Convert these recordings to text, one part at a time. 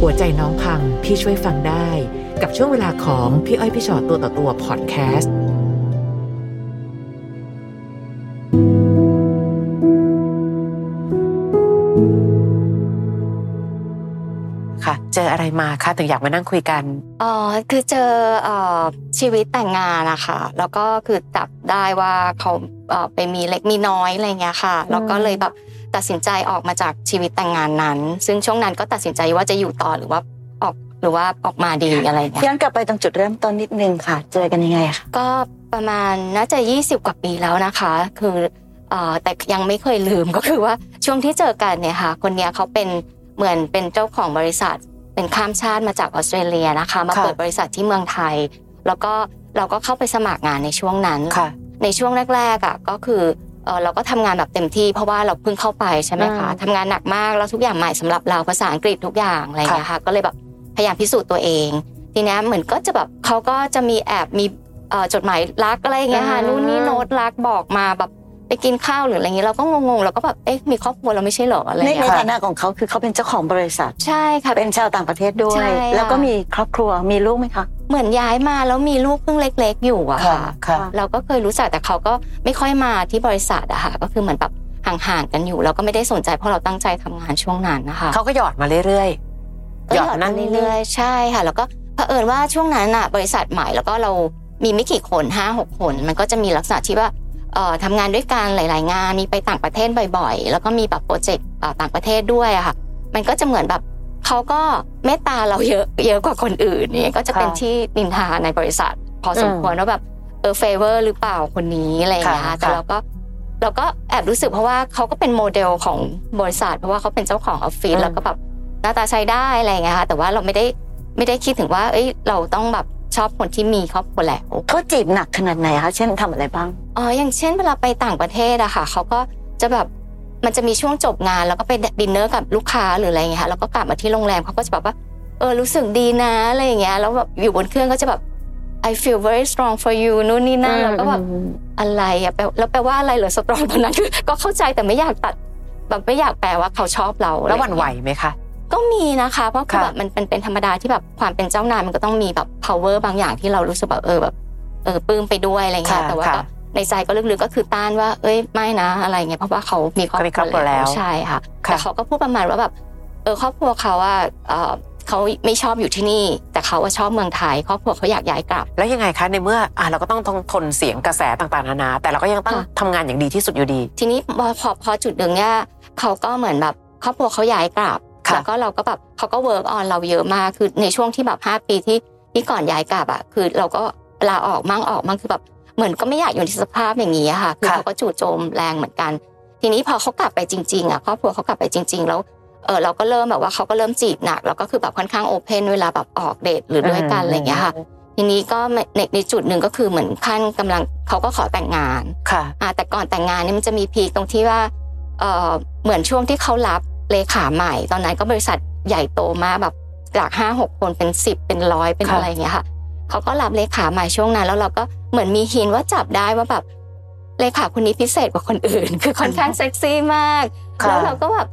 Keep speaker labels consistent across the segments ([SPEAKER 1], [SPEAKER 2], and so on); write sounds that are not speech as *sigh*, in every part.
[SPEAKER 1] หัวใจน้องพังพี่ช่วยฟังได้ กับช่วงเวลาของพี่อ้อยพี่ชอตตัวต่อตัวพอดแคสต์ค่ะ เจออะไรมาคะถึงอยากมานั่งคุยกัน
[SPEAKER 2] อ๋อคือเจอเอ่อชีวิตแต่งงานนะคะแล้วก็คือจับได้ว่าเขาเอ่อไปมีเล็กมีน้อยอะไรเงี้ยค่ะแล้วก็เลยแบบตัดสินใจออกมาจากชีวิตแต่งงานนั้น ซึ่งช่วงนั้นก็ตัดสินใจว่าจะอยู่ต่อหรือว่าออกหรือว่าออกมาดีอะไรเงี้ย
[SPEAKER 3] ย้อนกลับไปตรงจุดเริ่มต้นนิดนึงค่ะ เจอกันยังไงอะคะ
[SPEAKER 2] ก็ประมาณน่าจะ 20 กว่าปีแล้วนะคะ คือเอ่อแต่ยังไม่เคยลืมก็ *laughs* คือว่าช่วงที่เจอกันเนี่ยค่ะ คนเนี้ยเขาเป็นเหมือนเป็นเจ้าของบริษัท เป็นข้ามชาติมาจากออสเตรเลียนะคะ มาเปิดบริษัทที่เมืองไทย แล้วก็เราก็เข้าไปสมัครงานในช่วงนั้น
[SPEAKER 3] ค่ะ
[SPEAKER 2] ในช่วงแรกๆอ่ะก็คือเอ่อเราก็ทำงานแบบเต็มที่ เพราะว่าเราเพิ่งเข้าไปใช่ไหมคะ
[SPEAKER 3] อืม
[SPEAKER 2] ทำงานหนักมากแล้วทุกอย่างใหม่สำหรับเราภาษาอังกฤษทุกอย่างอะไรอย่างเงี้ยค่ะก็เลยแบบพยายามพิสูจน์ตัวเอง ทีเนี้ยเหมือนก็จะแบบเขาก็จะมีแอบมีเอ่อจดหมายรักอะไรอย่างเงี้ยค่ะ
[SPEAKER 3] อืม
[SPEAKER 2] นู่นนี่โน้ตรักบอกมาแบบไปกินข้าวหรืออะไรอย่างเงี้ยเราก็งงๆเราก็แบบเอ๊ะมีครอบครัวเราไม่ใช่เหรออะไรอ
[SPEAKER 3] ใน
[SPEAKER 2] ย่าง
[SPEAKER 3] ใน
[SPEAKER 2] เงี้ย
[SPEAKER 3] ฐา
[SPEAKER 2] ค่ะ
[SPEAKER 3] นะของเขาคือเขาเป็นเจ้าของบริษัท
[SPEAKER 2] ใช่ค่ะ
[SPEAKER 3] เป็นชาวต่างประเทศด้วย
[SPEAKER 2] ใช่ค่ะ
[SPEAKER 3] แล้วก็มีครอบครัวมีลูกไหมคะ
[SPEAKER 2] เหมือนย้ายมาแล้วมีลูกเพิ่งเล็ก ๆ อยู่อะค่ะ
[SPEAKER 4] ค่ะ
[SPEAKER 2] เราก็เคยรู้จักแต่เขาก็ไม่ค่อยมาที่บริษัทอะค่ะก็คือเหมือนแบบห่างๆกันอยู่เราก็ไม่ได้สนใจเพราะเราตั้งใจทำงานช่วงนั้นนะคะ
[SPEAKER 4] เขาก็หยอดมาเรื่อย
[SPEAKER 2] ก็หยอดนั่นเรื่อยๆใช่ค่ะ แล้วก็เผอิญว่าช่วงนั้นอะบริษัทใหม่แล้วก็เรามีไม่กี่คนห้าหกคน มันก็จะมีลักษณะที่ว่าเอ่อทำงานด้วยกันหลาย ๆ งานมีไปต่างประเทศบ่อยๆ แล้วก็มีแบบโปรเจกต์เอ่อต่างประเทศด้วยอะค่ะ มันก็จะเหมือนแบบเขาก็เมตตาเราเยอะ *laughs* เยอะกว่าคนอื่นเนี่ยก็จะเป็น
[SPEAKER 3] ค่ะ
[SPEAKER 2] ที่นินทาในบริษัท พอสมควรว่าแบบเออเฟเวอร์หรือเปล่าคนนี้อะไรอย่างเงี้ย
[SPEAKER 3] ค่ะ
[SPEAKER 2] แต่
[SPEAKER 3] ค่ะ
[SPEAKER 2] เราก็เราก็แอบรู้สึกเพราะว่าเขาก็เป็นโมเดลของบริษัท เพราะว่าเขาเป็นเจ้าของออฟฟิศแล้วก็แบบหน้าตาใช้ได้อะไรอย่างเงี้ยค่ะแต่ว่าเราไม่ได้ไม่ได้คิดถึงว่า เอ้ยเราต้องแบบชอบคนที่มีครอบครัวแล้ว
[SPEAKER 3] เขาจีบหนักขนาดไหนคะ เช่นทำอะไรบ้าง
[SPEAKER 2] อ๋ออย่างเช่นเวลาไปต่างประเทศอะค่ะเขาก็จะแบบมันจะมีช่วงจบงาน แล้วก็ไปดินเนอร์กับลูกค้าหรืออะไรอย่างเงี้ยค่ะแล้วก็กลับมาที่โรงแรมเขาก็จะแบบว่าเออรู้สึกดีนะอะไรอย่างเงี้ยแล้วแบบอยู่บนเครื่องก็จะแบบ I feel very strong for you นู่นนี่นั่นแล้วก็แบบอะไรอะแปลแล้วแปลว่าอะไรเหรอ *laughs* สตรองตอนนั้น ก็เข้าใจแต่ไม่อยากตัดแบบไม่อยากแปลว่าเขาชอบเรา
[SPEAKER 4] ๆ แล้วหวั่นไหวไหมคะ
[SPEAKER 2] ก็มีนะคะ เพราะคือ
[SPEAKER 4] ค่ะ
[SPEAKER 2] แบบมันเป็นเป็นธรรมดาที่แบบความเป็นเจ้านายมันก็ต้องมีแบบ power บางอย่างที่เรารู้สึกแบบเออแบบเออปลื้มไปด้วยอะไรอย่างเงี้ยแต่ว่าก็
[SPEAKER 4] ค่ะ
[SPEAKER 2] ในใจก็ลึกๆก็คือต้านว่า เอ้ยไม่นะอะไรเงี้ยเพราะว่าเขามีครอบ
[SPEAKER 4] เขามีครอบ
[SPEAKER 2] ค
[SPEAKER 4] ครั
[SPEAKER 2] รัว
[SPEAKER 4] วแล้
[SPEAKER 2] แล้ว
[SPEAKER 4] ว
[SPEAKER 2] ใช่ค่ะ
[SPEAKER 4] ค่ะ
[SPEAKER 2] แต่เขาก็พูดประมาณว่าแบบเออครอบครัวเขาว่าเอ่อเขาไม่ชอบอยู่ที่นี่ แต่เขาว่าชอบเมืองไทย ครอบครัวเขาอยากย้ายกลับ
[SPEAKER 4] แล้วยังไงคะในเมื่ออ่ะเราก็ต้องทนทนเสียงกระแสต่างๆนานา แต่เราก็ยังต้อง
[SPEAKER 2] ค่ะ
[SPEAKER 4] ทำงานอย่างดีที่สุดอยู่ดี
[SPEAKER 2] ทีนี้พอพอพอจุดหนึ่งเนี่ยเขาก็เหมือนแบบครอบครัวเขาย้ายกลับ
[SPEAKER 4] ค่ะ
[SPEAKER 2] แล้วก็เราก็แบบเขาก็เวิร์กออนเราเยอะมากคือในช่วงที่แบบ5ปีที่ที่ก่อนย้ายกลับอ่ะคือเราก็ลาออกมั่งออกมั่งคือแบบเหมือนก็ไม่อยากอยู่ในสภาพอย่างนี้อะค่ะคือ
[SPEAKER 4] ค่ะ
[SPEAKER 2] เขาก็จู่โจมแรงเหมือนกัน ทีนี้พอเขากลับไปจริงๆอ่ะครอบครัวเขากลับไปจริง ๆ แล้วเออเราก็เริ่มแบบว่าเขาก็เริ่มจีบหนักแล้วก็คือแบบค่อนข้างโอเพนเวลาแบบออกเดทหรือด้วยกันอะไรอย่างเงี้ยค่ะ ทีนี้ก็ในในจุดหนึ่งก็คือเหมือนขั้นกำลังเขาก็ขอแต่งงาน
[SPEAKER 4] ค่ะ
[SPEAKER 2] อ่าแต่ก่อนแต่งงานเนี่ยมันจะมีพีคตรงที่ว่าเอ่อเหมือนช่วงที่เขารับเลขาใหม่ ตอนนั้นก็บริษัทใหญ่โตมากแบบจากห้าหกคนเป็นสิบเป็นร้อยเป็น
[SPEAKER 4] ค่ะ
[SPEAKER 2] อะไรอย่างเงี้ยค่ะเขาก็รับเลขาใหม่ช่วงนั้น แล้วเราก็เหมือนมีหินว่าจับได้ว่าแบบเลขาคนนี้พิเศษกว่าคนอื่น *laughs* คือค่อนข้างเซ็กซี่มาก
[SPEAKER 4] ค่ะ
[SPEAKER 2] แล้วเราก็แบบ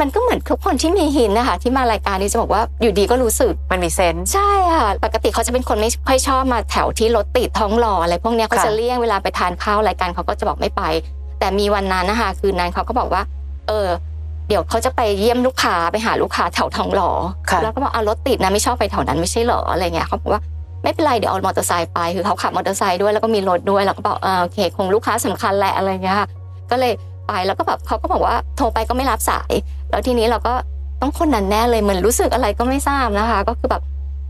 [SPEAKER 2] มันก็เหมือนทุกคนที่มีหินนะคะที่มารายการนี้จะบอกว่าอยู่ดีก็รู้สึก
[SPEAKER 4] มันมีเซนส์
[SPEAKER 2] ใช่ค่ะปกติเขาจะเป็นคนไม่ค่อยชอบมาแถวที่รถติดท้องหล่ออะไรพวกเนี้ยเขา
[SPEAKER 4] ค่ะ
[SPEAKER 2] จะเลี่ยงเวลาไปทานข้าวรายการเขาก็จะบอกไม่ไป แต่มีวันนั้นนะคะคืนนั้นเขาก็บอกว่า เออ เดี๋ยวเขาจะไปเยี่ยมลูกค้าไปหาลูกค้าแถวทองหล่อ
[SPEAKER 4] ค่ะ
[SPEAKER 2] แล้วก็บอกเอารถติดนะไม่ชอบไปแถวนั้นไม่ใช่เหรออะไรเงี้ยเขาบอกว่าไม่เป็นไรเดี๋ยวเอามอเตอร์ไซค์ไปคือเขาขับมอเตอร์ไซค์ด้วยแล้วก็มีรถด้วยแล้วก็บอกเออโอเคคงลูกค้าสำคัญแหละอะไรเงี้ยค่ะก็เลยไปแล้วก็แบบเขาก็บอกว่าโทรไปก็ไม่รับสาย แล้วทีนี้เราก็ต้องคนนั้นแน่เลยเหมือนรู้สึกอะไรก็ไม่ทราบนะคะ ก็คือแบบ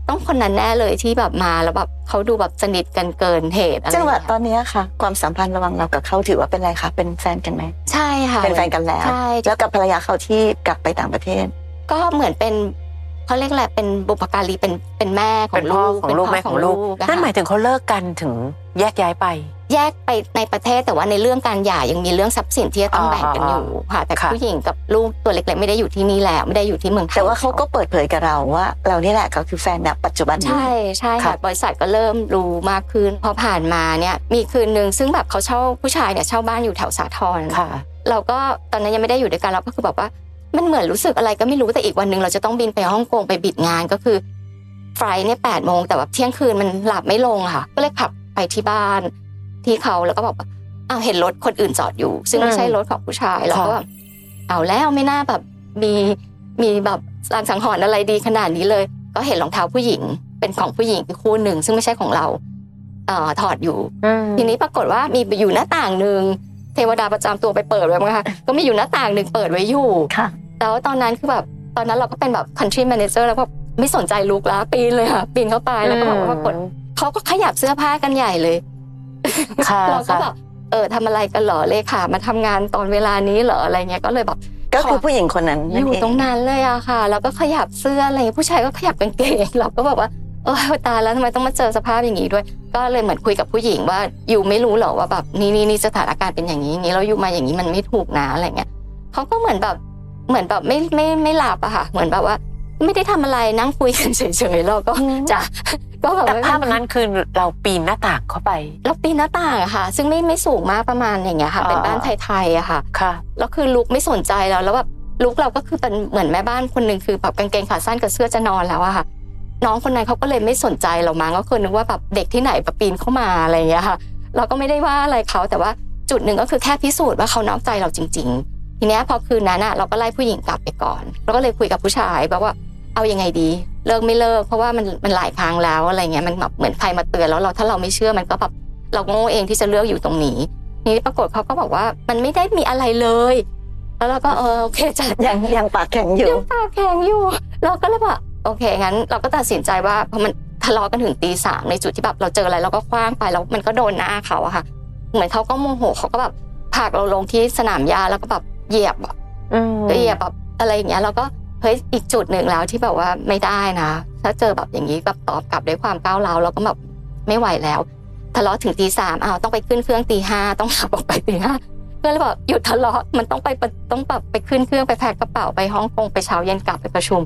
[SPEAKER 2] ต้องคนนั้นแน่เลยที่แบบมาแล้วแบบเขาดูแบบสนิทกันเกินเหตุอะไรอ
[SPEAKER 3] จัง
[SPEAKER 2] ย่า
[SPEAKER 3] หวะ
[SPEAKER 2] เย
[SPEAKER 3] ตอนเนี้ยค่ะ ความสัมพันธ์ระหว่างเรากับเขาถือว่าเป็นอะไรคะ เป็นแฟนกันไหม
[SPEAKER 2] ใช่ค่ะ
[SPEAKER 3] เป็นแฟนกันแล้ว
[SPEAKER 2] ใช่
[SPEAKER 3] แล้วกับภรรยาเขาที่กลับไปต่างประเทศ
[SPEAKER 2] ก็เหมือนเป็นเขาเรียกแหละไรเป็นบุพการีเป็นเป็นแม่ขอ
[SPEAKER 4] เป็
[SPEAKER 2] ง
[SPEAKER 4] นพ่
[SPEAKER 2] ลู
[SPEAKER 4] อก ของลูก
[SPEAKER 2] เป็
[SPEAKER 4] แม่
[SPEAKER 2] นพ่
[SPEAKER 4] ของลูก
[SPEAKER 2] อะ
[SPEAKER 4] นั่นหมาย
[SPEAKER 2] ค่ะ
[SPEAKER 4] ถึงเขาเลิกกันถึงแยกย้ายไป
[SPEAKER 2] แยกไปในประเทศแต่ว่าในเรื่องการหย่ายังมีเรื่องทรัพย์สินที่จะต้อง
[SPEAKER 4] อ๋อ
[SPEAKER 2] แบ่งกันอยู่ค่ะแต่
[SPEAKER 4] ค่ะ
[SPEAKER 2] ผู้หญิงกับลูกตัวเล็กๆไม่ได้อยู่ที่นี่แล้วไม่ได้อยู่ที่เมืองไทย
[SPEAKER 3] แต่ว่าเขาก็เปิดเผยกับเราว่า เรานี่แหละเขาคือแฟนณปัจจุบันนี้
[SPEAKER 2] ใช่ใช่
[SPEAKER 4] ครั
[SPEAKER 2] ค่ะ
[SPEAKER 4] บบ
[SPEAKER 2] ริษัทก็เริ่มรู้มากขึ้นพอผ่านมาเนี่ยมีคืนหนึ่งซึ่งแบบเขาเช่าผู้ชายเนี่ยเช่าบ้านอยู่แถวสาทร
[SPEAKER 4] ค่ะ
[SPEAKER 2] เราก็ตอนนั้นยังไม่ได้อยู่ด้วยกันเราก็คือแบบว่า มันเหมือนรู้สึกอะไรก็ไม่รู้แต่อีกวันหนึ่งเราจะต้องบินไปฮ่องกงไปบิดงานก็คือไฟล์เนี่ยแปดโมงแต่แบบเที่ยงคืนมันหลับไม่ลงอะค่ะ ก็เลยขับไปที่บ้าน ที่เขาแล้วก็บอกว่าอ้าวเห็นรถคนอื่นจอดอยู่ ซึ่งไม่ใช่รถของผู้ชายแล้วก็แบบเอาแล้วไม่น่าแบบมีมีแบบรางสังหรณ์อะไรดีขนาดนี้เลย ก็เห็นรองเท้าผู้หญิง เป็นของผู้หญิงคู่หนึ่ง ซึ่งไม่ใช่ของเราเอ่อถอดอยู่ ทีนี้ปรากฏว่ามีอยู่หน้าต่างหนึ่งเทวดาประจำตัวไปเปิดไว้มั้งคะก็มีอยู่หน้าต่างหนึ่งเปิดไว้อยู่
[SPEAKER 3] ค่ะ
[SPEAKER 2] แล้วตอนนั้นคือแบบตอนนั้นเราก็เป็นแบบ country manager แล้วก็ไม่สนใจลุกแล้วปีนเลยค่ะปีนเข้าไปแล้วก็บอกว่าปรากฏเขาก็ขยับเสื้อผ้ากันใหญ่เลย
[SPEAKER 4] ค่ะ
[SPEAKER 2] เราก็แบบเออทำอะไรกันเหรอเลขามาทำงานตอนเวลานี้เหรออะไรเงี้ยก็เลยแบบ
[SPEAKER 3] ก็คือ
[SPEAKER 2] ข
[SPEAKER 3] ผู้หญิงคนนั้น
[SPEAKER 2] อ
[SPEAKER 3] นั่
[SPEAKER 2] อน ยู่
[SPEAKER 3] เอง
[SPEAKER 2] ตรงนั้นเลยอะค่ะ แล้วก็ขยับเสื้ออะไรเงี้ยผู้ชายก็ขยับกางเกง *laughs* เราก็แบบว่าเออตายแล้วทำไมต้องมาเจอสภาพอย่างนี้ด้วย ก็เลยเหมือนคุยกับผู้หญิงว่าอยู่ไม่รู้เหรอว่าแบบนี่นี่นี่สถานการณ์เป็นอย่างนี้อย่างนี้เราอยู่มาอย่างนี้มันไม่ถูกนะอะไรเงี้ยเขาก็เหมือนแบบเหมือนแบบไม่ไม่ไม่หลับอะค่ะ เหมือนแบบว่า ไม่ได้ทำอะไรนั่งคุยกันเฉยๆเราก็จะ *laughs* ก็แบบ
[SPEAKER 4] แต่
[SPEAKER 2] ไม่
[SPEAKER 4] ภาพนั้นคือเราปีนหน้าต่างเข้าไป
[SPEAKER 2] แล้วปีนหน้าต่างอะค่ะ ซึ่งไม่ไม่สูงมากประมาณอย่างเงี้ยค่ะ
[SPEAKER 4] อ่า
[SPEAKER 2] เป็นบ้านไทยๆอะค่ะ
[SPEAKER 4] ค่ะ
[SPEAKER 2] แล้วคือลุกไม่สนใจแล้วแล้วแบบลุกเราก็คือเป็นเหมือนแม่บ้านคนหนึ่งคือแบบกางเกงขาสั้นกับเสื้อจะนอนแล้วอะค่ะ น้องคนนั้นเขาก็เลยไม่สนใจเรามั้งก็คือนึกว่าแบบเด็กที่ไหนแบบปีนเข้ามาอะไรอย่างเงี้ยค่ะ เราก็ไม่ได้ว่าอะไรเขาแต่ว่าจุดหนึ่งก็คือแค่พิสูจน์ว่าเขานอกใจเราจริง ๆ ทีเนี้ยพอคืนนั้นอะเราก็ไล่ผู้หญิงกลับไปก่อนแล้วก็เลยคุยกับผู้ชายแบบว่าเอายังไงดี เลิกไม่เลิก เพราะว่ามันมันหลายครั้งแล้วอะไรเงี้ยมันแบบเหมือนใครมาเตือนแล้วเราถ้าเราไม่เชื่อมันก็แบบเราโง่เองที่จะเลือกอยู่ตรงนี้ทีนี้ปรากฏเขาก็บอกว่ามันไม่ได้มีอะไรเลย แล้วเราก็เออโอเคจ้ะ
[SPEAKER 3] ยังยังปากแข็งอยู่
[SPEAKER 2] ยังปากแข็งอยู่ เราก็เลยแบบโอเคงั้นเราก็ตัดสินใจว่าเพราะมันทะเลาะกันถึงตีสามในจุดที่แบบเราเจออะไรเราก็คว้างไปแล้วมันก็โดนหน้าเขาอะค่ะ เหมือนเขาก็โมโหเขาก็แบบผลักเราลงที่สนามหญ้าแล้วก็แบบเหยียบอะเหยียบแบบอะไรอย่างเงี้ยเราก็เฮ้ยอีกจุดหนึ่งแล้วที่แบบว่าไม่ได้นะ ถ้าเจอแบบอย่างนี้แบบตอบกลับด้วยความก้าวร้าวเราก็แบบไม่ไหวแล้ว ทะเลาะถึงตีสามอ้าวต้องไปขึ้นเครื่องตีห้าต้องขับออกไปตีห้า เพื่อนเลยบอกหยุดทะเลาะมันต้องไปปะต้องแบบไปขึ้นเครื่องไปแพ็คกระเป๋าไปฮ่องกงไปเช้าเย็นกลับไปประชุม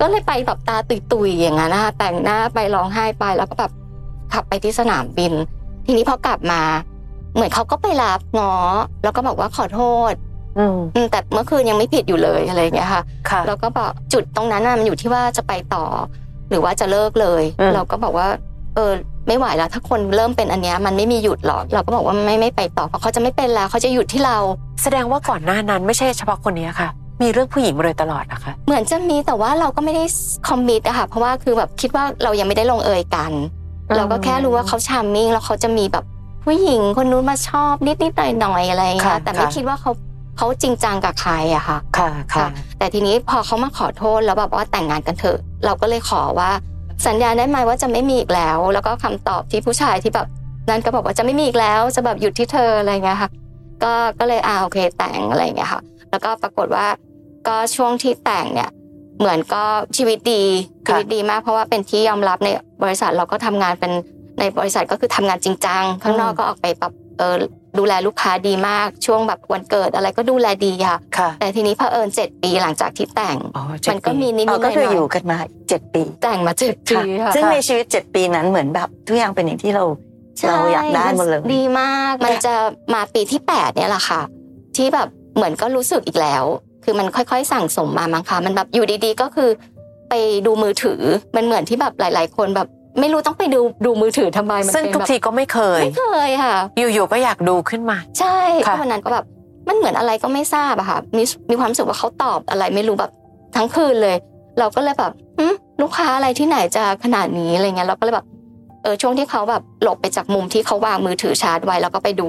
[SPEAKER 2] ก็เลยไปแบบตาตุยๆอย่างนั้นนะคะแต่งหน้าไปร้องไห้ไปแล้วก็แบบขับไปที่สนามบิน ทีนี้พอกลับมา เหมือนเขาก็ไปรับง้อแล้วก็บอกว่าขอโทษ
[SPEAKER 4] อืม
[SPEAKER 2] อืมแต่เมื่อคืนยังไม่ผิดอยู่เลยอะไรอย่างเงี้ยค่ะ
[SPEAKER 4] ค่ะ
[SPEAKER 2] เราก็บอกจุดตรงนั้นน่ะมันอยู่ที่ว่าจะไปต่อ หรือว่าจะเลิกเลย
[SPEAKER 4] อืม
[SPEAKER 2] เราก็บอกว่า เออไม่ไหวแล้วถ้าคนเริ่มเป็นอันเนี้ยมันไม่มีหยุดหรอกเราก็บอกว่าไม่ไม่ไปต่อเพราะเขาจะไม่เป็นแล้วเขาจะหยุดที่เรา
[SPEAKER 4] แสดงว่าก่อนหน้านั้นไม่ใช่เฉพาะคนนี้ค่ะ มีเรื่องผู้หญิงมาโดยตลอดนะคะ
[SPEAKER 2] เหมือนจะมีแต่ว่าเราก็ไม่ได้คอมมิตอะค่ะเพราะว่าคือแบบคิดว่าเรายังไม่ได้ลงเอยกัน
[SPEAKER 4] อืม
[SPEAKER 2] เราก็แค่รู้ว่าเขาชามมิ่งแล้วเขาจะมีแบบผู้หญิงคนนู้นมาชอบนิดนิดหน่อยหน่อยๆอะไรอย่างเงี้ยแต่ไม่คิดว่าเขาเขาจริงจังกับใครอะค่ะ
[SPEAKER 4] ค่ะค่ะ
[SPEAKER 2] แต่ทีนี้พอเขามาขอโทษแล้วแบบว่าแต่งงานกันเถอะ เราก็เลยขอว่าสัญญาได้ไหมว่าจะไม่มีอีกแล้ว แล้วก็คำตอบที่ผู้ชายที่แบบนั้นก็บอกว่าจะไม่มีอีกแล้วจะแบบหยุดที่เธออะไรเงี้ยค่ะก็ก็เลยอ่าโอเคแต่งอะไรเงี้ยค่ะแล้วก็ปรากฏว่าก็ช่วงที่แต่งเนี่ยเหมือนก็ชีวิตดี
[SPEAKER 4] ค่ะ
[SPEAKER 2] ชีวิตดีมากเพราะว่าเป็นที่ยอมรับในบริษัทเราก็ทำงานเป็นในบริษัทก็คือทำงานจริงจังข้างนอกก็ออกไปแบบเออดูแลลูกค้าดีมาก ช่วงแบบวันเกิดอะไรก็ดูแลดีค่ะ
[SPEAKER 4] ค่ะ
[SPEAKER 2] แต่ทีนี้เผอิญเจ็ดปีหลังจากที่แต่ง
[SPEAKER 4] อ๋อเจ็ด
[SPEAKER 2] มันก็
[SPEAKER 4] ปี
[SPEAKER 2] มีนิดๆหน่
[SPEAKER 3] เรา
[SPEAKER 2] อย
[SPEAKER 3] ก็คือ
[SPEAKER 2] ๆ
[SPEAKER 3] อยู่กันมาเจ็ดปี
[SPEAKER 2] แต่งมาเจ็ดปี
[SPEAKER 3] ค่ะ
[SPEAKER 2] ค่ะ
[SPEAKER 3] ซึ่งในชีวิตเจ็ดปีนั้นเหมือนแบบทุกอย่างเป็นอย่างที่เรา
[SPEAKER 2] ใช่
[SPEAKER 3] เราอยากได้หมดเลย
[SPEAKER 2] ดีมากมันจะมาปีที่แปดเนี่ยแหละค่ะ ที่แบบเหมือนก็รู้สึกอีกแล้ว คือมันค่อยๆ สั่งสมมามั้งคะมันแบบอยู่ดีๆก็คือ ไปดูมือถือมันเหมือนที่แบบหลาย ๆ คนแบบ ไม่รู้ต้องไปดูดูมือถือทำไมมัน
[SPEAKER 4] ซึ่ง
[SPEAKER 2] เป็น
[SPEAKER 4] ทุก
[SPEAKER 2] แบบ
[SPEAKER 4] ทีก็ไม่เคย
[SPEAKER 2] ไม่เคยค่ะ
[SPEAKER 4] อยู่ๆก็อยากดูขึ้นมา
[SPEAKER 2] ใช่
[SPEAKER 4] ค่ะ
[SPEAKER 2] ก็วันนั้นก็แบบมันเหมือนอะไรก็ไม่ทราบอะค่ะมีมีความรู้สึกว่าเขาตอบอะไรไม่รู้แบบทั้งคืนเลย เราก็เลยแบบหึลูกค้าอะไรที่ไหนจะขนาดนี้อะไรเงี้ยเราก็เลยแบบเออช่วงที่เขาแบบหลบไปจากมุมที่เขาวางมือถือชาร์จไว้แล้วก็ไปดู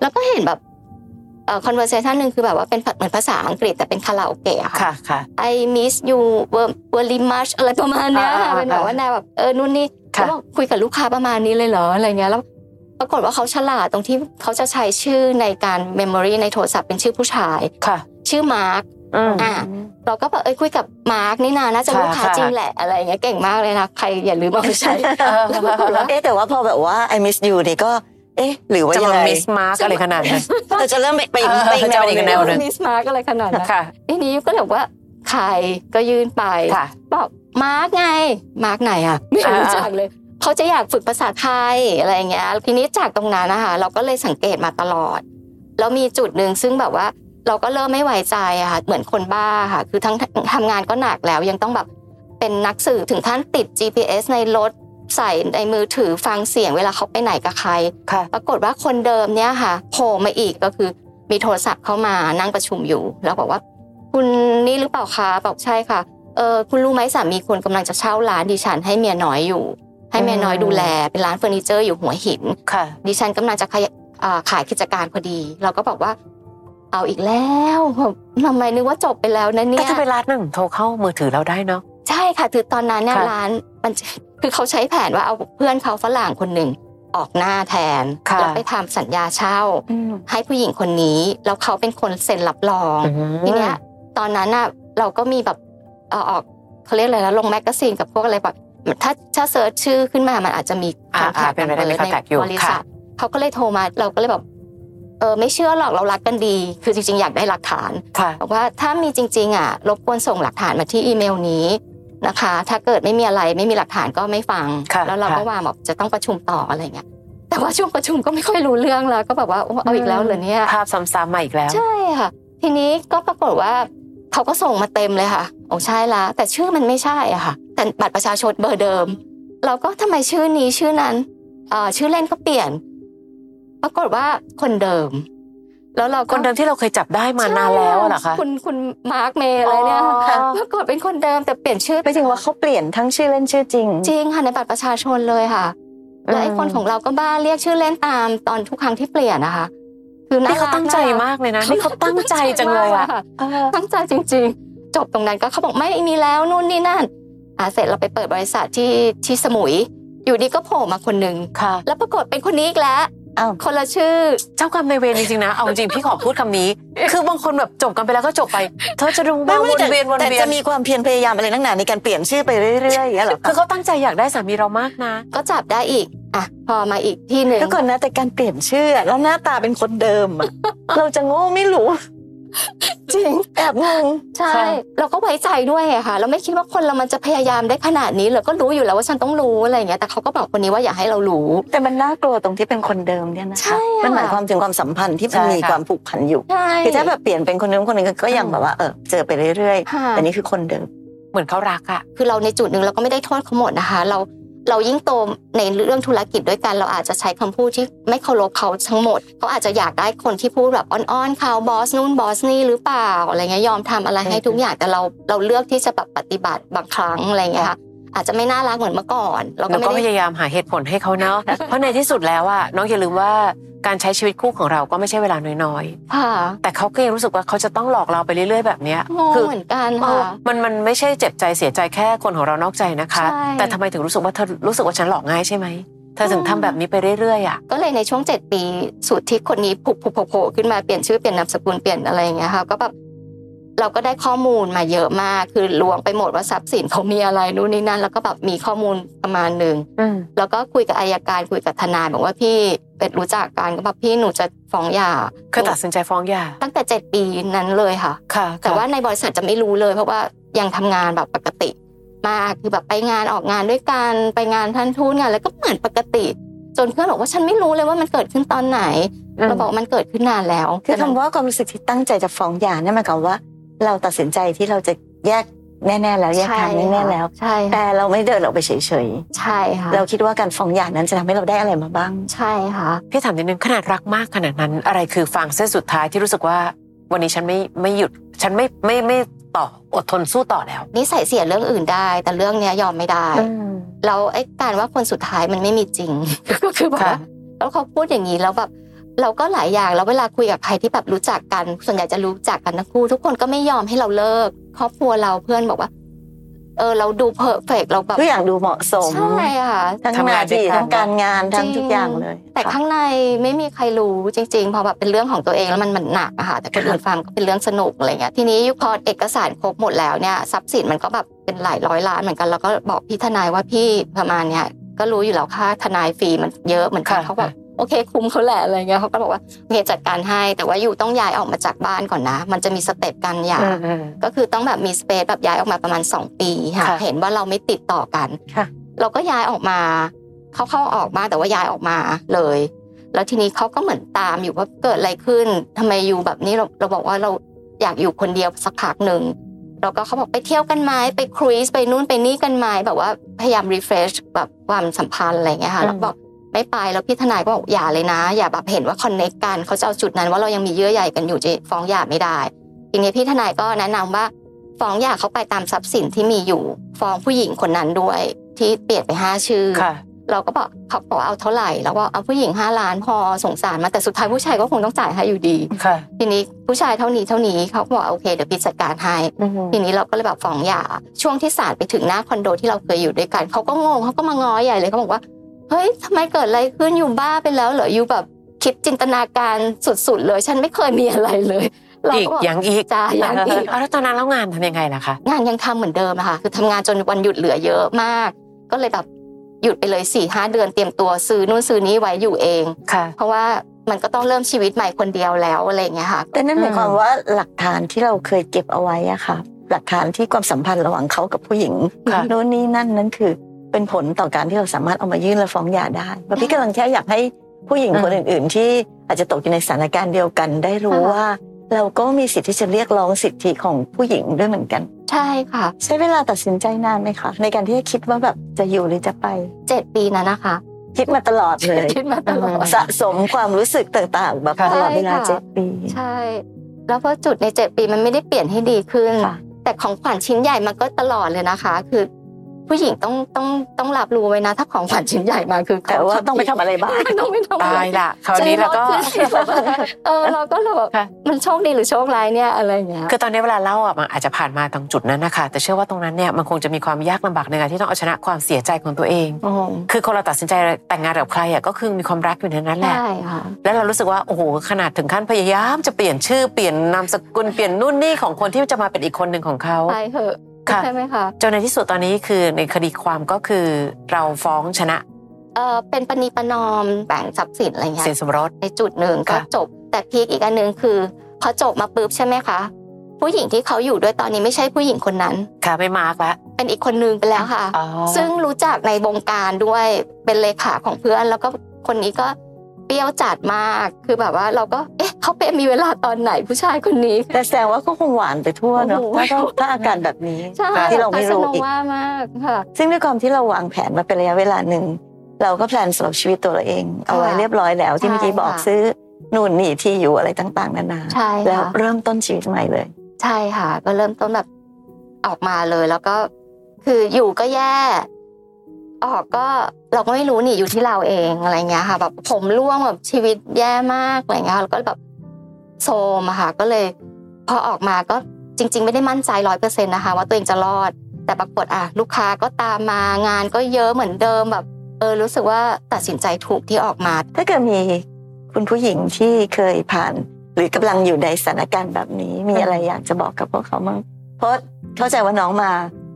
[SPEAKER 2] แล้วก็เห็นแบบเอ่อ conversation หนึ่งคือแบบว่าเป็นเหมือนภาษาอังกฤษแต่เป็นคาราโอเกะอะค่ะ
[SPEAKER 4] ค่ะค่ะ
[SPEAKER 2] I miss you ver- very much อะไรประมาณเนี้ย
[SPEAKER 4] อ่า
[SPEAKER 2] ค่ะ
[SPEAKER 4] อ่า
[SPEAKER 2] เป็นแบบว่าแนวแบบเออนู่นนี่
[SPEAKER 4] ค่ะ
[SPEAKER 2] แล้วบอกคุยกับลูกค้าประมาณนี้เลยเหรออะไรเงี้ยแล้วปรากฏว่าเขาฉลาดตรงที่เขาจะใช้ชื่อในการ memory ในโทรศัพท์เป็นชื่อผู้ชาย
[SPEAKER 4] ค่ะ
[SPEAKER 2] ชื่อมาร์ค
[SPEAKER 4] อืม
[SPEAKER 2] อ่ะเราก็แบบเอ้ยคุยกับมาร์คนี่นาน่าจะ
[SPEAKER 4] ค่ะ
[SPEAKER 2] ลูกค้า
[SPEAKER 4] ค่ะ
[SPEAKER 2] จริงแหละอะไรเงี้ยเก่งมากเลยนะใครอย่าลืมเอาไปใช้
[SPEAKER 4] เออ
[SPEAKER 2] แล้วปรากฏว่า
[SPEAKER 3] เอ๊ะแต่ว่าพอแบบว่า I miss you นี่ก็ เอ๊ะ หรือว่า
[SPEAKER 4] จะ
[SPEAKER 3] ยัง
[SPEAKER 4] มา
[SPEAKER 3] ไง
[SPEAKER 4] มิสมาร์กอะไรขนาดนั้น
[SPEAKER 3] เธอจะเริ่มไปไป
[SPEAKER 4] เออ
[SPEAKER 3] ไป
[SPEAKER 4] จะเอาอีกแนวหนึ่ง
[SPEAKER 2] มิสมาร์กอะไรขนาดนั้น
[SPEAKER 4] ค่ะ
[SPEAKER 2] ทีนี้ก็เลยบอกว่าใครก็ยื่นไป
[SPEAKER 4] ค่ะ
[SPEAKER 2] บอกมาร์กไง มาร์กไหนอ่ะ ไม่
[SPEAKER 4] อ่า
[SPEAKER 2] รู้จักเลย เขาจะอยากฝึกภาษาไทยอะไรอย่างเงี้ยทีนี้จากตรงนั้นนะคะเราก็เลยสังเกตมาตลอด แล้วมีจุดหนึ่งซึ่งแบบว่า เราก็เริ่มไม่ไว้ใจอะค่ะเหมือนคนบ้าค่ะ คือทั้งทำงานก็หนักแล้วยังต้องแบบเป็นนักสืบถึงขั้นติด GPS ในรถใส่ในมือถือฟังเสียงเวลาเขาไปไหนกับใคร
[SPEAKER 4] ค่ะ
[SPEAKER 2] ปรากฏว่าคนเดิมเนี่ยค่ะโผล่มาอีกก็คือมีโทรศัพท์เข้ามานั่งประชุมอยู่ แล้วบอกว่า คุณนี่หรือเปล่าคะบอกใช่ค่ะเออคุณรู้ไหมสามีคุณกำลังจะเช่าร้านดิฉันให้เมียน้อยอยู่ ให้เมียน้อยดูแลเป็นร้านเฟอร์นิเจอร์อยู่หัวหิน
[SPEAKER 4] ค่ะ
[SPEAKER 2] ดิฉันกำลังจะขยะอ่าขายกิจการพอดี เราก็บอกว่า เอาอีกแล้วแบบทำไมนึกว่าจบไปแล้วนะเนี่
[SPEAKER 4] ก็
[SPEAKER 2] ย
[SPEAKER 4] จะเป็นร้านหนึ่งโทรเข้ามือถือเราได้เนาะ
[SPEAKER 2] ใช่ค่ะคือตอนนั้นเนี่ย
[SPEAKER 4] ค่ะ
[SPEAKER 2] ร้านมันคือเขาใช้แผนว่าเอาเพื่อนเขาฝรั่งคนหนึ่งออกหน้าแทน
[SPEAKER 4] ค่ะ
[SPEAKER 2] แล้วไปทำสัญญาเช่า ให้ผู้หญิงคนนี้แล้วเขาเป็นคนเซ็นรับรอง ทีเนี้ยตอนนั้นน่ะเราก็มีแบบเอ่อออกเขาเรียกอะไรแล้วลงแมกกาซีนกับพวกอะไรแบบถ้าถ้าเซิร์ชชื่อขึ้นมามันอาจจะมี
[SPEAKER 4] อ่าอ่าเป็นไปได้มี contact อยู่
[SPEAKER 2] บริษั
[SPEAKER 4] ค่ะ
[SPEAKER 2] ทเขาก็เลยโทรมาเราก็เลยแบบเออไม่เชื่อหรอกเรารักกันดี คือจริงๆ อยากได้หลักฐาน
[SPEAKER 4] ค่ะ
[SPEAKER 2] บอกว่าถ้ามีจริง ๆอ่ะรบกวนส่งหลักฐานมาที่อีเมลนี้นะคะ ถ้าเกิดไม่มีอะไรไม่มีหลักฐานก็ไม่ฟัง
[SPEAKER 4] ค่ะ
[SPEAKER 2] แล้วเราก็
[SPEAKER 4] ค่ะ
[SPEAKER 2] วางแบบจะต้องประชุมต่ออะไรเงี้ยแต่ว่าช่วงประชุมก็ไม่ค่อยรู้เรื่องแล้วก็แบบว่าโอ้เอาอีกแล้วเหรอเนี่ย
[SPEAKER 4] ภาพซ้ำๆมาอีกแล้ว
[SPEAKER 2] ใช่ค่ะ ทีนี้ก็ปรากฏว่าเขาก็ส่งมาเต็มเลยค่ะโอ้ใช่ละแต่ชื่อมันไม่ใช่อะค่ะ แต่บัตรประชาชนเบอร์เดิม เราก็ทำไมชื่อนี้ชื่อนั้นเอ่อชื่อเล่นก็เปลี่ยน ปรากฏว่าคนเดิม แล้วเราก็
[SPEAKER 4] คนเดิมที่เราเคยจับได้มานานแล้วอะเหรอคะ
[SPEAKER 2] คุณคุณมาร์คเมย์อะไรเนี่ย
[SPEAKER 4] อ๋อ
[SPEAKER 2] ค่ะปรากฏเป็นคนเดิมแต่เปลี่ยนชื่อ
[SPEAKER 3] ไม่ถึงว่าเขาเปลี่ยนทั้งชื่อเล่นชื่อจริง
[SPEAKER 2] จริงค่ะในบัตรประชาชนเลยค่ะ แล้วไอ้คนของเราก็บ้าเรียกชื่อเล่นตามตอนทุกครั้งที่เปลี่ยนนะคะ คือน่า
[SPEAKER 4] นี่เขา
[SPEAKER 2] รัก
[SPEAKER 4] ตั้งใจ
[SPEAKER 2] น่รัก
[SPEAKER 4] มากเลยนะนี่เขาตั้งใจจังเลยอะ
[SPEAKER 2] ตั้งใจจริง ๆ จบตรงนั้นก็เขาบอกไม่มีแล้วนู่นนี่นั่นอ่ะเสร็จเราไปเปิดบริษัทที่ที่สมุย อยู่ดีก็โผล่มาคนหนึ่ง
[SPEAKER 4] ค่ะ
[SPEAKER 2] แล้วปรากฏเป็นคนนี้อีกแล้ว
[SPEAKER 3] อ้าว
[SPEAKER 2] คนละชื่อ
[SPEAKER 4] เจ้ากรรมในายเวรจริงๆนะ เอาจริงๆพี่ขอพูดคำนี้ คือบางคนแบบจบกันไปแล้วก็จบไป เธอจะดูว่าวน
[SPEAKER 3] แต่
[SPEAKER 4] เวียนวน
[SPEAKER 3] แต่
[SPEAKER 4] เวีย
[SPEAKER 3] จะ
[SPEAKER 4] น
[SPEAKER 3] มีความเพียรพยายามอะไรนักหนาในการเปลี่ยนชื่อไปเรื่อยๆอย่างเงี้ยเหรอ
[SPEAKER 4] คือเขาตั้งใจอยากได้สามีเรามากนะ
[SPEAKER 2] ก็จับได้อีกอ่ะพอมาอีกที่หนึ่ง
[SPEAKER 3] ทุกคนนะแต่การเปลี่ยนชื่ออะแล้วหน้าตาเป็นคนเดิมอะเราจะโง่ไม่รู้
[SPEAKER 2] จริง
[SPEAKER 3] แอบงง
[SPEAKER 2] ใช่
[SPEAKER 4] ค่ะ
[SPEAKER 2] เราก็ไว้ใจด้วยอะค่ะเราไม่คิดว่าคนเรามันจะพยายามได้ขนาดนี้เราก็รู้อยู่แล้วว่าฉันต้องรู้อะไรอย่างเงี้ยแต่เขาก็บอกคนนี้ว่าอย่าให้เรารู้
[SPEAKER 3] แต่มันน่ากลัวตรงที่เป็นคนเดิมเนี่ยนะ
[SPEAKER 2] ใช่อะ
[SPEAKER 3] คะมันหมายความถึงความสัมพันธ์ที่มัน
[SPEAKER 4] ใช่
[SPEAKER 3] มี
[SPEAKER 4] ค่ะ
[SPEAKER 3] ความผูกพันอยู่
[SPEAKER 2] ใช่
[SPEAKER 3] คือถ้าแบบเปลี่ยนเป็นคนนู้นคนนี้ก็ยังแบบว่าเออเจอไปเรื่อย
[SPEAKER 2] ค่ะ
[SPEAKER 3] ๆแต่นี่คือคนเดิม
[SPEAKER 4] เหมือนเขารักอะ
[SPEAKER 2] คือเราในจุดหนึ่งเราก็ไม่ได้โทษเขาหมดนะคะ เราเรายิ่งโตในเรื่องธุรกิจด้วยกันเราอาจจะใช้คำพูดที่ไม่เคารพเขาทั้งหมดเขาอาจจะอยากได้คนที่พูดแบบอ้อนๆเขาบอสนู่นบอสนี่หรือเปล่าอะไรเงี้ยยอมทำอะไรให้ทุกอย่างแต่เราเราเลือกที่จะแบบปฏิบัติบางครั้งอะไรเงี้ยค่ะอาจจะไม่น่ารักเหมือนเมื่อก่อน เรา
[SPEAKER 4] เรา
[SPEAKER 2] ก็ไม่
[SPEAKER 4] ก็พ
[SPEAKER 2] ได้
[SPEAKER 4] ยายามหาเหตุผลให้เขาเนาะ เพราะในที่สุดแล้วอะน้องอย่าลืมว่าการใช้ชีวิตคู่ของเราก็ไม่ใช่เวลาน้อย
[SPEAKER 2] ค่ะ
[SPEAKER 4] ๆ แต่เขาก็ยังรู้สึกว่าเขาจะต้องหลอกเราไปเรื่อยๆ แบบเนี้ย
[SPEAKER 2] งงเหมือนกัน
[SPEAKER 4] เอ
[SPEAKER 2] ค่ะ
[SPEAKER 4] อมันมันไม่ใช่เจ็บใจเสียใจแค่คนของเรานอกใจนะคะ
[SPEAKER 2] ใช่
[SPEAKER 4] แต่ทำไมถึงรู้สึกว่าเธอรู้สึกว่าฉันหลอกง่ายใช่ไหม เธอถึงทำแบบนี้ไปเรื่อยๆอะ
[SPEAKER 2] ก็เลยในช่วง 7 ปีสุดที่คนนี้ผุบผุบโผล่ขึ้นมาเปลี่ยนชื่อเปลี่ยนนามสกุลเปลี่ยนอะไรอย่างเงี้ยค่ะก็แบบเราก็ได้ข้อมูลมาเยอะมากคือลวงไปหมดว่าทรัพย์สินเขามีอะไรนู่นนี่นั่น แล้วก็แบบมีข้อมูลประมาณหนึ่งแล้วก็คุยกับอายการคุยกับทนายบอกว่าพี่เป็ดรู้จักกันก็แบบพี่หนูจะฟ้องหย่า
[SPEAKER 4] คือตัดสินใจฟ้องหย่า
[SPEAKER 2] ตั้งแต่ 7 ปีนั้นเลยค่ะ
[SPEAKER 4] ค่ะ
[SPEAKER 2] แต่ว่าในบริษัทจะไม่รู้เลย เพราะว่ายังทำงานแบบปกติมากคือแบบไปงานออกงานด้วยกันไปงานท่านทูตงานอะไรก็เหมือนปกติ จนเพื่อนบอกว่าฉันไม่รู้เลยว่ามันเกิดขึ้นตอนไหนเราบอกว่ามันเกิดขึ้นนานแล้ว
[SPEAKER 3] คือคำว่าความรู้สึกที่ตั้งใจจะฟ้องหย่านั่นหมายความว่า เราตัดสินใจที่เราจะแยกแน่ๆแล้วแยกทางแน่ๆแล้ว
[SPEAKER 2] ใช่ค่ะ
[SPEAKER 3] แต่เราไม่เดินออกไปเฉย
[SPEAKER 2] ใช่ค่ะ
[SPEAKER 3] ๆเราคิดว่าการฟ้องหย่านั้นจะทำให้เราได้อะไรมาบ้าง
[SPEAKER 2] ใช่ค่ะ
[SPEAKER 4] พี่ถามนิดนึงขนาดรักมากขนาดนั้นอะไรคือฟางเส้นสุดท้ายที่รู้สึกว่า วันนี้ฉันไม่ไม่หยุด ฉันไม่ไม่ไม่ต่ออดทนสู้ต่อแล้ว
[SPEAKER 2] นิสัยเสียเรื่องอื่นได้ แต่เรื่องเนี้ยยอมไม่ได้แล้วไอ้การว่าคนสุดท้ายมันไม่มีจริง *laughs* ก็คือแบบว่า
[SPEAKER 4] ค่ะ
[SPEAKER 2] แล้วเขาพูดอย่างนี้แล้วแบบเราก็หลายอย่างแล้วเวลาคุยกับใครที่แบบรู้จักกัน ส่วนใหญ่จะรู้จักกันทั้งคู่ทุกคนก็ไม่ยอมให้เราเลิกครอบครัวเราเพื่อนบอกว่า เออเราดูเพอร์เฟกเราแบบ
[SPEAKER 3] ทุกอย่างดูเหมาะสม
[SPEAKER 2] ใช่ค่ะ
[SPEAKER 3] ทั้ง
[SPEAKER 4] ทำ
[SPEAKER 3] ห
[SPEAKER 4] งา
[SPEAKER 3] น้าน
[SPEAKER 4] ด้วย
[SPEAKER 3] ที่
[SPEAKER 4] กัน
[SPEAKER 3] ทั้งการงานทั้ง
[SPEAKER 2] จริง
[SPEAKER 3] ทุกอย่างเลย
[SPEAKER 2] แต่ข้างในไม่มีใครรู้จริงๆ พอแบบเป็นเรื่องของตัวเองแล้วมันมันหนักอะค่ะแต่คนอื่นฟังก็เป็นเรื่องสนุกอะไรเงี้ยทีนี้ยุคพอเอกสารครบหมดแล้วเนี่ยทรัพย์สินมันก็แบบเป็นหลายร้อยล้านเหมือนกันแล้วก็บอกพี่ทนายว่าพี่ประมาณเนี้ยก็รู้อยู่แล้วค่าทนายฟรีมันเยอะเหมือนกัน
[SPEAKER 4] ค่ะ
[SPEAKER 2] เขาบอกโอเคคุ้มเขาแหละอะไรเงี้ยเขาก็บอกว่าโอเคจัดการให้แต่ว่าอยู่ต้องย้ายออกมาจากบ้านก่อนนะ มันจะมีสเต็ปการหย่า ก็คือต้องแบบมีสเปซแบบย้ายออกมาประมาณ 2 ปีค่ะ
[SPEAKER 4] ค่ะ
[SPEAKER 2] เห็นว่าเราไม่ติดต่อกัน
[SPEAKER 4] ค่ะ
[SPEAKER 2] เราก็ย้ายออกมาเข้าๆออกมาแต่ว่าย้ายออกมาเลย แล้วทีนี้เขาก็เหมือนตามอยู่ว่าเกิดอะไรขึ้นทำไมอยู่แบบนี้เราเราบอกว่าเราอยากอยู่คนเดียวสักพักหนึ่งแล้วก็เขาบอกไปเที่ยวกันไหมไปครูซไปนู่นไปนี่กันไหมแบบว่าพยายามรีเฟรชแบบความสัมพันธ์อะไรเงี้ยค่ะแล้วก็บอกไม่ไปแล้วพี่ทนายก็บอกอย่าเลยนะ อย่าแบบเห็นว่าคอนเนคกันเขาจะเอาจุดนั้นว่าเรายังมีเยื่อใยกันอยู่จะฟ้องหย่าไม่ได้ ทีนี้พี่ทนายก็แนะนำว่าฟ้องหย่าเขาไปตามทรัพย์สินที่มีอยู่ฟ้องผู้หญิงคนนั้นด้วยที่เปลี่ยนไปห้าชื่อ
[SPEAKER 4] ค่ะ
[SPEAKER 2] เราก็บอกเขาขอเอาเท่าไหร่แล้วว่าเอาผู้หญิงห้าล้านพอสงสารมาแต่สุดท้ายผู้ชายก็คงต้องจ่ายให้อยู่ดี
[SPEAKER 4] ค่ะ
[SPEAKER 2] ทีนี้ผู้ชายเท่านี้เท่านี้เขาก็บอกโอเคเดี๋ยวพี่จัดการให้
[SPEAKER 3] อืม
[SPEAKER 2] ทีนี้เราก็เลยแบบฟ้องหย่าช่วงที่ศาลไปถึงหน้าคอนโดที่เราเคยอยู่ด้วยกันเขาก็งงเขาก็มาง้อใหญ่เลยเขาบอกว่าเฮ้ยทำไมเกิดอะไรขึ้นอยู่บ้าไปแล้วเหรออยู่แบบคิดจินตนาการสุดๆเลย ฉันไม่เคยมีอะไรเลยเรา
[SPEAKER 4] อีก
[SPEAKER 2] ก็บอก
[SPEAKER 4] อย่างอีก
[SPEAKER 2] จ้าอย่างอีก
[SPEAKER 4] เอาแล้วตอนนั้นแล้วงานทำยังไงล่ะคะ
[SPEAKER 2] *laughs* งานยังทำเหมือนเดิมอะค่ะ คือทำงานจนวันหยุดเหลือเยอะมาก ก็เลยแบบหยุดไปเลย4ี่ห้าเดือนเตรียมตัวซื้อนู่นซื้อนี้ไว้อยู่เอง
[SPEAKER 4] ค่ะ
[SPEAKER 2] เพราะว่ามันก็ต้องเริ่มชีวิตใหม่คนเดียวแล้วอะไรอย่างเงี้ยค่ะ
[SPEAKER 3] แต่นั่นหมายความว่าหลักฐานที่เราเคยเก็บเอาไว้อะค่ะ หลักฐานที่ความสัมพันธ์ระหว่างเขากับผู้หญิง
[SPEAKER 4] ค่ะ
[SPEAKER 3] โน่นนี่นั่นนั่นคือ เป็นผลต่อการที่เราสามารถเอามายื่นและฟ้องหย่าได้แบบพี่กำลังแค่อยากให้ผู้หญิงคนอื่น ๆ ที่อาจจะตกอยู่ในสถานการณ์เดียวกัน ได้รู้
[SPEAKER 2] ค่ะ
[SPEAKER 3] ว่า เราก็มีสิทธิ์ที่จะเรียกร้องสิทธิของผู้หญิงด้วยเหมือนกัน
[SPEAKER 2] ใช่ค่ะ
[SPEAKER 3] ใช้เวลาตัดสินใจนานไหมคะในการที่จะคิดว่าแบบจะอยู่หรือจะไป
[SPEAKER 2] เจ็ดปีนั้นนะคะ
[SPEAKER 3] คิดมาตลอดเลย
[SPEAKER 2] คิดมาตลอด
[SPEAKER 3] สะสมความรู้สึกต่างๆแบบ
[SPEAKER 4] ค่ะ
[SPEAKER 3] ตลอดเว
[SPEAKER 2] ใช่
[SPEAKER 3] ลา
[SPEAKER 2] ค่ะ
[SPEAKER 3] เจ็ดปี
[SPEAKER 2] ใช่ แล้วพอจุดในเจ็ดปีมันไม่ได้เปลี่ยนให้ดีขึ้น
[SPEAKER 3] ค่ะ
[SPEAKER 2] แต่ของขวัญชิ้นใหญ่มันก็ตลอดเลยนะคะ คือ ผู้หญิงต้องต้องต้องรับรู้ไว้นะ ถ้าของขวัญชิ้นใหญ่มาคือเข
[SPEAKER 3] แต่ว่าต้องไปทำอะไรบ้าง
[SPEAKER 2] ต้องไม่ทำ
[SPEAKER 4] ตา
[SPEAKER 2] อะไร
[SPEAKER 4] ยละคราวนี้แล้วก็
[SPEAKER 2] ใจร้อนขึ้น *laughs* เออเราก็เลยแบบ
[SPEAKER 4] ค่ะ
[SPEAKER 2] มันโชคดีหรือโชคร้ายเนี่ยอะไรอย่างเงี้ย
[SPEAKER 4] คือตอนนี้เวลาเล่าอ่ะมันอาจจะผ่านมาตรงจุดนั้นนะคะแต่เชื่อว่าตรงนั้นเนี่ยมันคงจะมีความยากลำบากในการที่ต้องเอาชนะความเสียใจของตัวเอง
[SPEAKER 2] โอ้
[SPEAKER 4] คือคนเราตัดสินใจแต่งงานกับใครอ่ะก็คือมีความรักอยู่ในนั้นแหละ
[SPEAKER 2] ใช่ค่ะ
[SPEAKER 4] แล้วเรารู้สึกว่าโอ้โหขนาดถึงขั้นพยายามจะเปลี่ยนชื่อเปลี่ยนนามสกุลเปลี่ยนนู่นนี่ของคนที่จะมาเป็นอีกคนหนึ่งของเขา
[SPEAKER 2] ไปเถอะ
[SPEAKER 4] ค่ะ
[SPEAKER 2] ใช่ไหมคะ
[SPEAKER 4] จนในที่สุดตอนนี้คือในคดีความก็คือเราฟ้องชนะ
[SPEAKER 2] เออเป็นปณีประนอมแบ่งทรัพย์สินอะไรเงี้ย
[SPEAKER 4] สินสมรส
[SPEAKER 2] ในจุดหนึ่งก็
[SPEAKER 4] ค่ะ
[SPEAKER 2] จบ แต่พีคอีกอันหนึ่งคือ พอจบมาปุ๊บใช่ไหมคะ ผู้หญิงที่เขาอยู่ด้วยตอนนี้ไม่ใช่ผู้หญิงคนนั้น
[SPEAKER 4] ค่ะไม่มาร์กละ
[SPEAKER 2] เป็นอีกคนนึงไปแล้วค่ะ
[SPEAKER 4] อ๋อ
[SPEAKER 2] ซึ่งรู้จักในวงการด้วยเป็นเลขาของเพื่อน แล้วก็คนนี้ก็เปรี้ยวจัดมากคือแบบว่าเราก็เอ๊ะเขาไปมีเวลาตอนไหนผู้ชายคนนี้
[SPEAKER 3] แต่แสดงว่าก็คงหวานไปทั่วเนอะ
[SPEAKER 2] โอ้โห
[SPEAKER 3] ถ้าต้องถ้าอาการแบบนี้
[SPEAKER 2] ใช่
[SPEAKER 3] ที่เราไม่รู้อีก
[SPEAKER 2] ว่ามากค่ะ
[SPEAKER 3] ซึ่งด้วยความที่เราวางแผนมาเป็นระยะเวลาหนึ่ง เราก็แพลนสำหรับชีวิตตัวเราเอง เอาไว้เรียบร้อยแล้วที่
[SPEAKER 2] ใช่
[SPEAKER 3] เมื่อกี้บอก
[SPEAKER 2] ค่ะ
[SPEAKER 3] ซื้อนู่นนี่ที่อยู่อะไรต่างๆนานา
[SPEAKER 2] ใช่
[SPEAKER 3] แล้ว
[SPEAKER 2] ค่ะ
[SPEAKER 3] เริ่มต้นชีวิตใหม่เลย
[SPEAKER 2] ใช่ค่ะ ก็เริ่มต้นแบบออกมาเลย แล้วก็คืออยู่ก็แย่ ออกก็เราก็ไม่รู้นี่อยู่ที่เราเองอะไรเงี้ยค่ะ แบบผมร่วงแบบชีวิตแย่มากอะไรเงี้ยแล้วก็แบบโซมอะค่ะ ก็เลย พอออกมาก็จริง ๆ ไม่ได้มั่นใจร้อยเปอร์เซ็นต์นะคะ ว่าตัวเองจะรอด แต่ปรากฏอ่ะลูกค้าก็ตามมางานก็เยอะเหมือนเดิมแบบ เออรู้สึกว่าตัดสินใจถูกที่ออกมา
[SPEAKER 3] ถ้าเกิดมีคุณผู้หญิงที่เคยผ่าน หรือกำลังอยู่ในสถานการณ์แบบนี้ มีอะไรอยากจะบอกกับพวกเขามั้งเพราะเข้าใจว่าน้องมา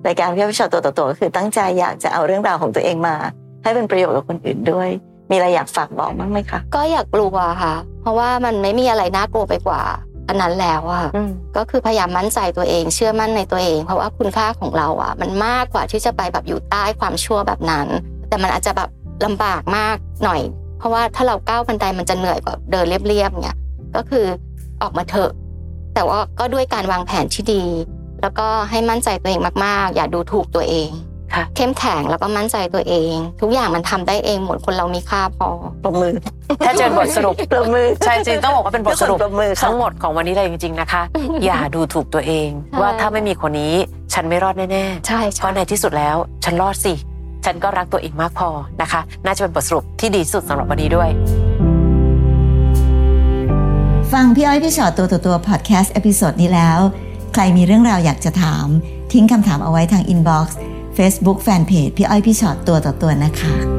[SPEAKER 3] รายการพี่พิชาตัวต่อตัวก็คือตั้งใจอยากจะเอาเรื่องราวของตัวเองมา ให้เป็นประโยชน์กับคนอื่นด้วย มีอะไรอยากฝากบอกมั้งไหมคะ
[SPEAKER 2] ก็อยากกลัวค่ะ เพราะว่ามันไม่มีอะไรน่ากลัวไปกว่า อันนั้นแล้วอะค่ะก็คือพยายามมั่นใจตัวเอง เชื่อมั่นในตัวเอง เพราะว่าคุณค่าของเราอะมันมากกว่าที่จะไปแบบอยู่ใต้ความชั่วแบบนั้น แต่มันอาจจะแบบลำบากมากหน่อย เพราะว่าถ้าเราก้าวบันไดมันจะเหนื่อยกว่าเดินเรียบๆเนี่ยก็คือออกมาเถอะ แต่ว่าก็ด้วยการวางแผนที่ดี แล้วก็ให้มั่นใจตัวเองมากๆ อย่าดูถูกตัวเอง
[SPEAKER 4] ค่ะ
[SPEAKER 2] เข้มแข็งแล้วก็มั่นใจตัวเอง ทุกอย่างมันทำได้เองหมดคนเรามีค่าพอ
[SPEAKER 3] ปรบมือ
[SPEAKER 4] ถ้าเจอบทสรุป
[SPEAKER 3] ปรบมือ
[SPEAKER 4] ใช่จริงต้องบอกว่าเป็นบทสรุป
[SPEAKER 3] ทุกคนปรบมือค่ะ
[SPEAKER 4] ทั้งหมดของวันนี้เลยจริง ๆ นะคะ อย่าดูถูกตัวเอง ว่าถ้าไม่มีคนนี้ฉันไม่รอดแน่ๆ
[SPEAKER 2] *laughs* ใช่
[SPEAKER 4] เพ
[SPEAKER 2] ใช่
[SPEAKER 4] ราะในที่สุดแล้วฉันรอดสิ ฉันก็รักตัวเองมากพอนะคะ น่าจะเป็นบทสรุปที่ดีที่สุดสำหรับวันนี้ด้วย
[SPEAKER 5] ฟังพี่อ้อยพี่ชอตตัวต่อตัวพอดแคสต์เอพิโซดนี้แล้ว ใครมีเรื่องราวอยากจะถาม ทิ้งคำถามเอาไว้ทางอินบ็อกซ์เฟซบุ๊กแฟนเพจพี่อ้อยพี่ชอตตัวต่อตัวนะคะ